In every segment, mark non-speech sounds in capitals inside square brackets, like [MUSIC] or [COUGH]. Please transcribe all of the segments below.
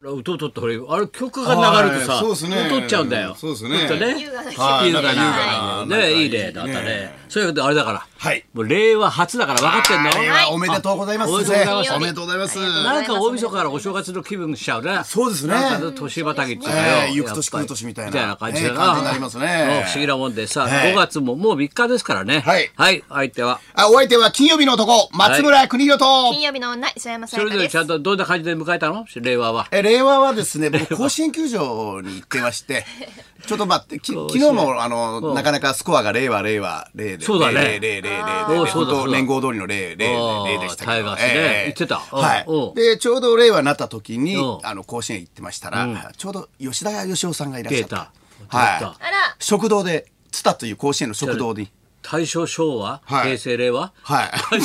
歌を取った俺あれ曲が流れてさ、はいそうっすね歌を取っちゃうんだよそうっすね歌ね優雅なはい優雅ななんか優雅ななんねかいいいいねだったねねそういうことであれだから、はいもう令和初だから分かってんのあれはおめでとうございます。あおめでとうございますおめでとうございます。なんか大晦日からお正月の気分しちゃうね。そうですねなんか年またぎっていうかよええやっぱり行く年来る年みたいなみたいな感じだええな。感じになりますねうん不思議なもんでさ、ええ5月ももう3日ですからね。はいはい、相手は。あ、お相手は金曜日の男、松村邦洋と、金曜日の女磯山さそやれかぞれですちゃんとどんな感じで迎えたの令和は。え令和はですね、僕、甲子園球場に行ってま [LAUGHS] して、ちょっと待って、きそう昨ですね日も、あの、うんなかなかスコアが令和、令和、令で。そうだね令、令、令、令、お令うで、そうだそうだ本当連合通りの令、令、あー令でしたけど。タイガースねええ行ってたうんうはんい。で、ちょうど令和になった時にう、んあの、甲子園行ってましたら、ちょうど吉田義雄さんがいらっしゃっ出た。た出たはあらい。食堂で、津田という甲子園の食堂に。大正昭和、はい平成令和。はい。 [LAUGHS]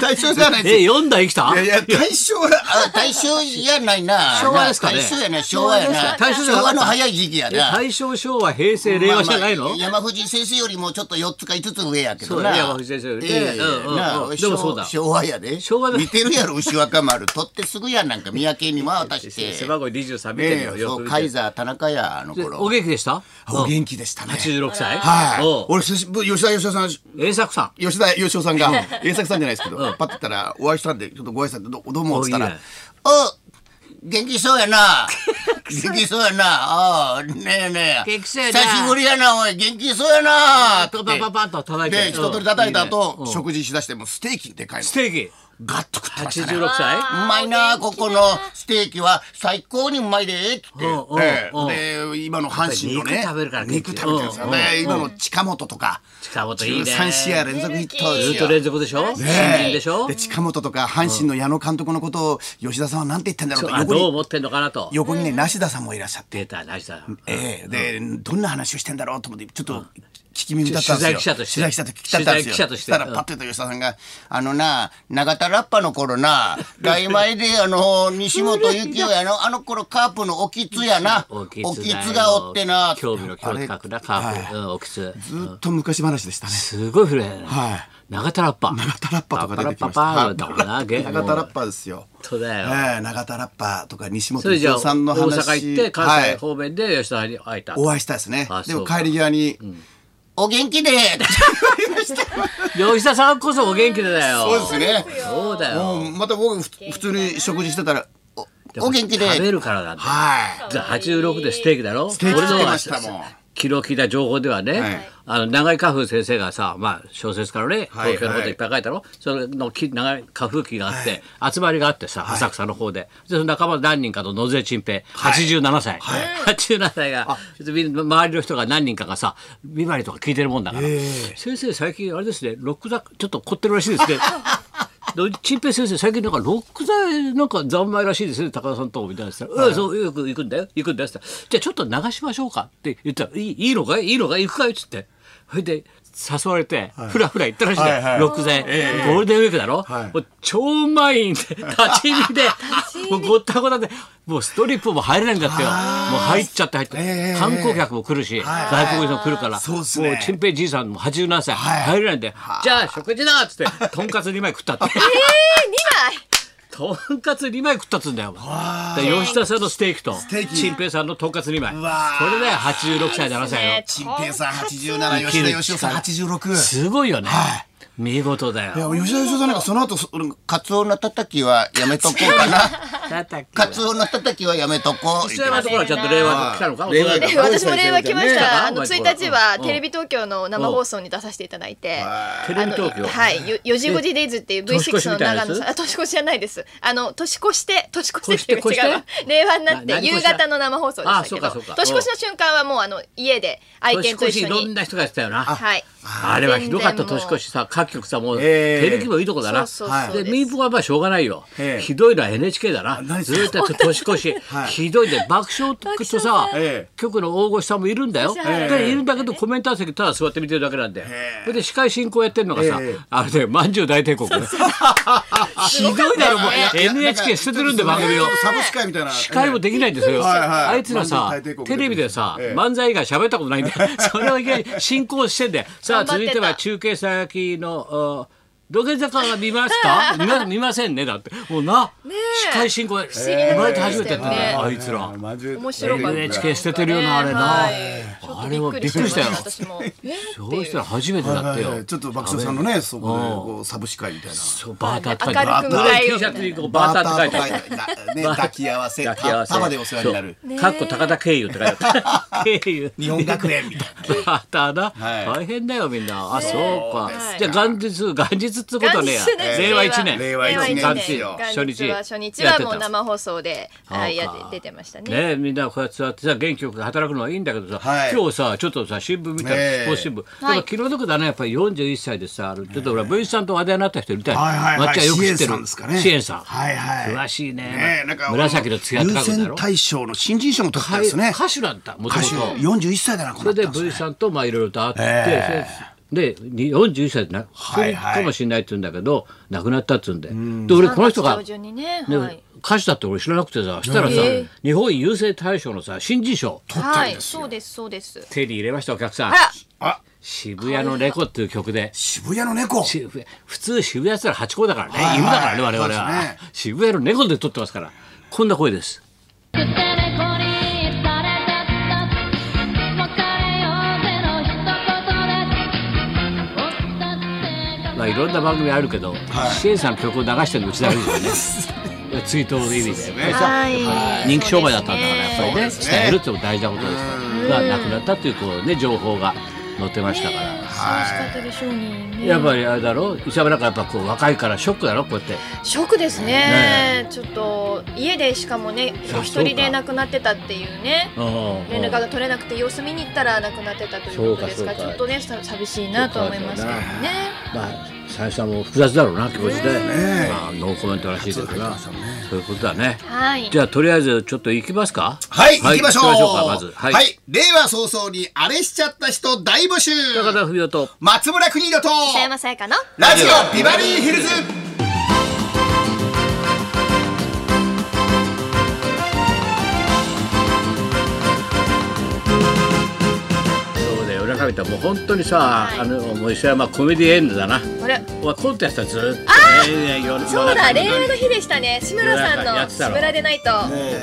大正じゃないですよえ、読んだ生きたいやいや、大正は、あ大正じゃないな。昭和ですかね大正やな、昭和やな。大正じゃなかった昭和の早い時期やえな。大正昭和、平成令和じゃないの、まあまあ山藤先生よりもちょっと4つか5つ上やけそどうだな。ね山藤先生よりねええうんうんうんなあでもそうだ昭昭和やで。昭和だ似てるやろ、牛若丸。取ってすぐやなんか、三宅にも渡しえて。背番号23見てるえよ、えよそくう、見カてイる。ザー田中や、あので頃。お元気でしたお元気でしたね。 86歳。はい。お俺、久しぶり吉田吉田さん、栄作さん。吉田義雄さんが栄作さんじゃないですけど、パッて言ったらお会いしたんでちょっとご挨拶どどうもっつったおいいらね「お元気そうやな元気そうやなあねえねえ元気そうやな久しぶりやなおい元気そうやな」ってパパパパッと叩いて。で一通り叩いた後、うんいいねうん食事しだしてもうステーキでかいのステーキ。ガッと食ってましたね86歳うまいなここのステーキは最高にうまいでっつって、うんうんえうんえで今の阪神のね肉食べるから肉食べてるんですよ、うんで今の近本とか近本いいね13試合連続ヒットですずよっと連続でしょ新ね人でしょで近本とか阪神の矢野監督のことを吉田さんはなんて言ったんだろうとあ横どうに思ってんのかなと。横にね梨田さんもいらっしゃって、出た、大事だ。ええでどんな話をしてんだろうと思ってちょっと聞き耳だったんですよ取材記者として取材記者と聞きたったんですよ取材記者としてそしたらパッてと吉田さんが「あのな永田ラッパの頃な大前であの西本幸雄やのあの頃カープのおきつやなおきつがおってな」興味の興味角なカープ、うん、おきつ。ずっと昔話でしたねすごい古いね。はい長田ラッパ。永田ラッパとか出てきましパたッパラッパーだもんな、はい永田ラッパですよ本当だよええ永田ラッパーとか西本それじゃ幸あ、雄大さんの話阪行って、関西はい、方面で吉田に会えた。お会いしたですねあでそもうか帰り際に「お元気で!」吉田さんこ [LAUGHS] そお元気でだよ。そうですねそうだよ。もうまた僕ふ普通に食事してたら「おお元気で!」食べるからなんだよ。はいじゃあ86でステーキだろステーキ食べまし昨た日もん聞いた情報ではね、はいあの長井花風先生がさ、まあ、小説からねはい東京のこといっぱい書いたろ、それのき長井花風記があって、集まりがあってさ浅草の方で,、でその仲間何人かと野添陳平87歳、87歳がみんな周りの人が何人かがさ見張りとか聞いてるもんだから、先生最近あれですねロックだちょっと凝ってるらしい [LAUGHS] ですねど陳平先生最近なんかロック剤なんか三昧らしいですね高田さんとみたいなさ、うんそうよく行くんだよ行くんだよ」って言ったらじゃあちょっと流しましょうか」って言ったら「いいいいのかいいいのかい行くかい」っつってそれで誘われてふらふら行ったらしいんだよ、はいはいロック剤、ゴールデンウィークだろ、はいもう超満員で立ち見で [LAUGHS] もうごったごたでもうストリップも入れないんだってよもう入っちゃって入って、ええ観光客も来るし、外国人も来るからそうっすねもう陳平じいさんも87歳、はい入れないんで「じゃあ食事だ!」っつってとんかつ2枚食 [LAUGHS] ったって。とんかつ2枚食ったっつうんだよ。で吉田さんのステーキと、テーキ陳平さんのとんかつ2枚。こわーれで86歳、7歳よ。陳平さん87吉田義雄さん86すごいよねは。見事だいやよ。吉田義雄さんなんかその後そカツオのたたきはやめとこ [LAUGHS] うかな叩きはカツオのたたきはやめとこう磯山のところはちゃんと令和来たのか令和え私も令和来ましねた。あのマジ1か日はテレビ東京の生放送に出させていただいて、テレビ東京。はい、よ4時5時デイズっていう年越しみ V6 のたいなや長つ野さん、あ年越しじゃないです。あの年越して年越してっていうか越して違うわ越し。令和になっなて何夕越しだ方の生放送でしたあそうけかそうどか、年越しの瞬間はもうあの家で愛年犬と越一しい緒ろんに。な人がやってたよな。はい。あれはひどかった全然もう年越しさ各局さもうええテレビもいいとこだな。そうそうそうでです民放はまあしょうがないよえ。えひどいのは NHK だな。何ずーっとやって年越しいひどいで爆笑とささんええ局の大越さんもいるんだよ。ええでいるんだけどコメンター席ただ座って見てるだけなんだよ。それで司会進行やってんのがさええあれだよまんじゅう大帝国。ひどいだろもう NHK 捨ててるんだよ番組を。サブス会みたいな司会もできないんですよ。はいはいあいつら漫さ才大帝、国テレビでさ、ええ漫才以外喋ったこ [LAUGHS] とないんで、それをいきなり進行してんだよ。さあ、頑張続ってたいては中継先の、あ土下座から見ます [LAUGHS] か見ま見ませんねだってもうな、司会進行生まれて初めてやったねえーあいつら。マジで面白かった NHK 捨ててるようなあれな、ねはいあれはびっくりしたよちょっとびっくりしました私もえーそうしたら初めてだってはいはいはよいちょっと爆笑さんのねそこでこうサブ司会みたいなそうバーターって書いて明あるるく黒迎えいよ T うシャツにこうバーターって書いてあるバーターとかね抱き合わせ [LAUGHS] 抱き合わせ束でお世話になるそうかっこ高田経由って書いてあ [LAUGHS] る経由日本学園み [LAUGHS] たいバーターな、は大変だよみんなあ、そうか、はいじゃあ元日元日ってことはね元日ですね令和一年令和一年元です日よ初日は初日はもうやってた生放送で、はい、そうやかって出てましたね。ねえみんなこうやって座ってさ元気よく働くのはいいんだけどさ、はい今日さちょっとさ新聞見たねらえスポーツ新聞、だから気の毒だねやっぱり41歳でさあのちょっとほら V さんと話題になった人いるみたいはいはいはいまっちゃんよく知って支援さんるですかね支援さんはいはい詳しいねねなんか紫の艶って書くんだ優先ろ大賞の新人賞も取ったん歌ですね手なんだもと歌も手と41歳だなこそのれで人 V さんとまあいろいろと会って、えで41歳でな、はいはいかもしれないって言うんだけど亡くなったっつうんで、で俺この人が上旬にね、ではい。歌手だって俺知らなくてさしたらさ、え日本郵政大賞のさ新人賞はい、そうですそうです。手に入れましたお客さんあら、あ渋谷のレコっていう曲で渋谷の猫渋谷普通渋谷って言ったら八甲だからね、はい犬だからねはい我々は、そうですね渋谷の猫で撮ってますからこんな声ですくて猫にされちゃった別れようぜの一まあ言で僕だっていろんな番組あるけど、支援さんの曲を流してるのうちだけです [LAUGHS] よね追悼の意味ではい人気商売だったんだからやっぱりねそうです伝えるっても大事なことですからが亡くなったっていうこうね情報が載ってましたから。ね寂しかったでしょうに。やっぱりあれだろ石山なんかやっぱこう若いからショックだろこうやってショックですね。ちょっと家でしかもね、そうかお一人で亡くなってたっていうね。連絡が取れなくて様子見に行ったら亡くなってたということですかそうかそうからちょっとねさ寂しいなと思いますけどねまあ最初はもう複雑だろうな気持ちで、ねまあ、ノーコメントらしいけどなそうですねそういうことだねはいじゃあとりあえずちょっと行きますかはい、行きましょう。行きましょうかまずはい、はい令和早々にあれしちゃった人大募集。高田文夫と松村邦洋と。北山さやかのラジオビバリーヒルズ。そうだよ裏かけたもう本当にさ、いあのもう石山コメディエンドだなあれお前コントやってたずーっとね、ね夜そうだ令夜中和にの日でしたね志村さん夜中やのってた志の村でないと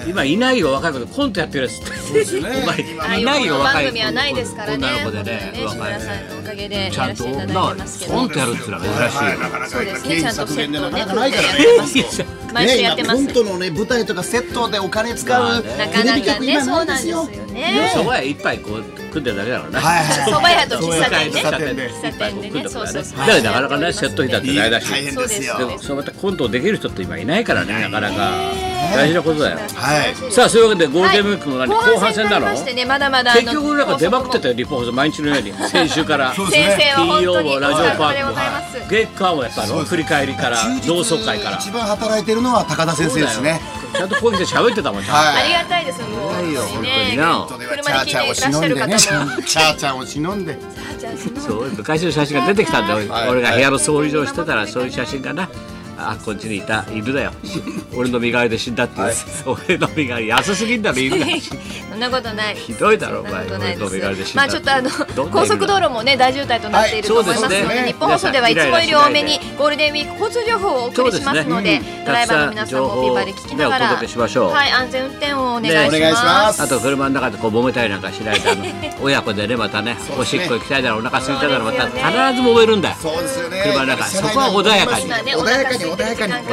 今いないよ若い子でコントやってるやつって、ねお前ああいいうないよ若番い組はないですからね女の子でね本当にね若志い村さんのおかげでやちゃらんとせていただい女はてますけどコントやるっていうのは珍しいよなかなそうですね今経費削減でなかなかないからちゃんとセットをねね。組んでやってます毎週やってますね今コントのね舞台とかセットでお金使うまあなテレかビなか局ね今そなういでなんすですよよ。ねそば屋一杯こう食ってるだけだからね。はい蕎麦屋と喫茶店一ね杯こう一杯こう食喫茶店でねってるだけだからそうそうそうだからなかなかねセット費だってないらし大い。変ですよ。そうでですもそうまたコントをできる人って今いないからねなかなか大事なことだよ。はい。さあそういうわけでゴールデンウィークもはい何後半戦なのにりましてねまだまだあの結局なんか出まくってたよ日本放送毎日の [LAUGHS] ように先週から。そうですね先生は金本当曜にもおラジオパ疲れークでごもざいます月間はやっぱの振り返りから同窓会から一番働いてるのは高田先生ですね。そうだよちゃんとこういう人喋ってたもんちゃんとはありい。がたいですもういよ本当にね本当本当車ではでチャーチャ聞ーいを忍んていらっしゃるで方ね。もチャーチャーを忍んで。じゃあ [LAUGHS] そのそう昔の写真が出てきたんだよ、はい俺が部屋の総理上してたらそういう写真がなあこっちにいた犬だよ俺の身代わりで死んだっていう、 [LAUGHS] 俺の身代わり安すぎんだろ犬 [LAUGHS] がそんなことない。ひどいだろお前俺の眼鏡で死んだまあちょっとあのどんな高速道路もね大渋滞となっているとは思いいますので、そうですね日本放送ではいつもより多めに皆ゴールデンウィーク交通情報をお送りしますので、そうですねうんドライバーの皆さんもビバで聞きたくさん情報をねおながら、届けしましょうはい安全運転をお願いします。ねお願いしますあと車の中でこう揉めたりなんかしないであの親子でねまたねおしっこ行きたいだろうお腹空いただろうまたそうです必ずよね揉めるんだよそうですよね。車の中そこは穏やかに今ね穏やかに穏やかにお腹空いてる時間。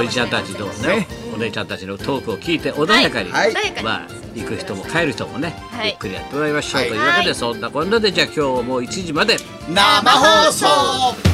おじちゃんたちとね、お姉ちゃんたちのトークを聞いて穏やかに、はいはいまあ行く人も帰る人もね、はいゆっくりやってもらいましょう、はいというわけで、はいそんなこんなでじゃあ今日も1時まで生放送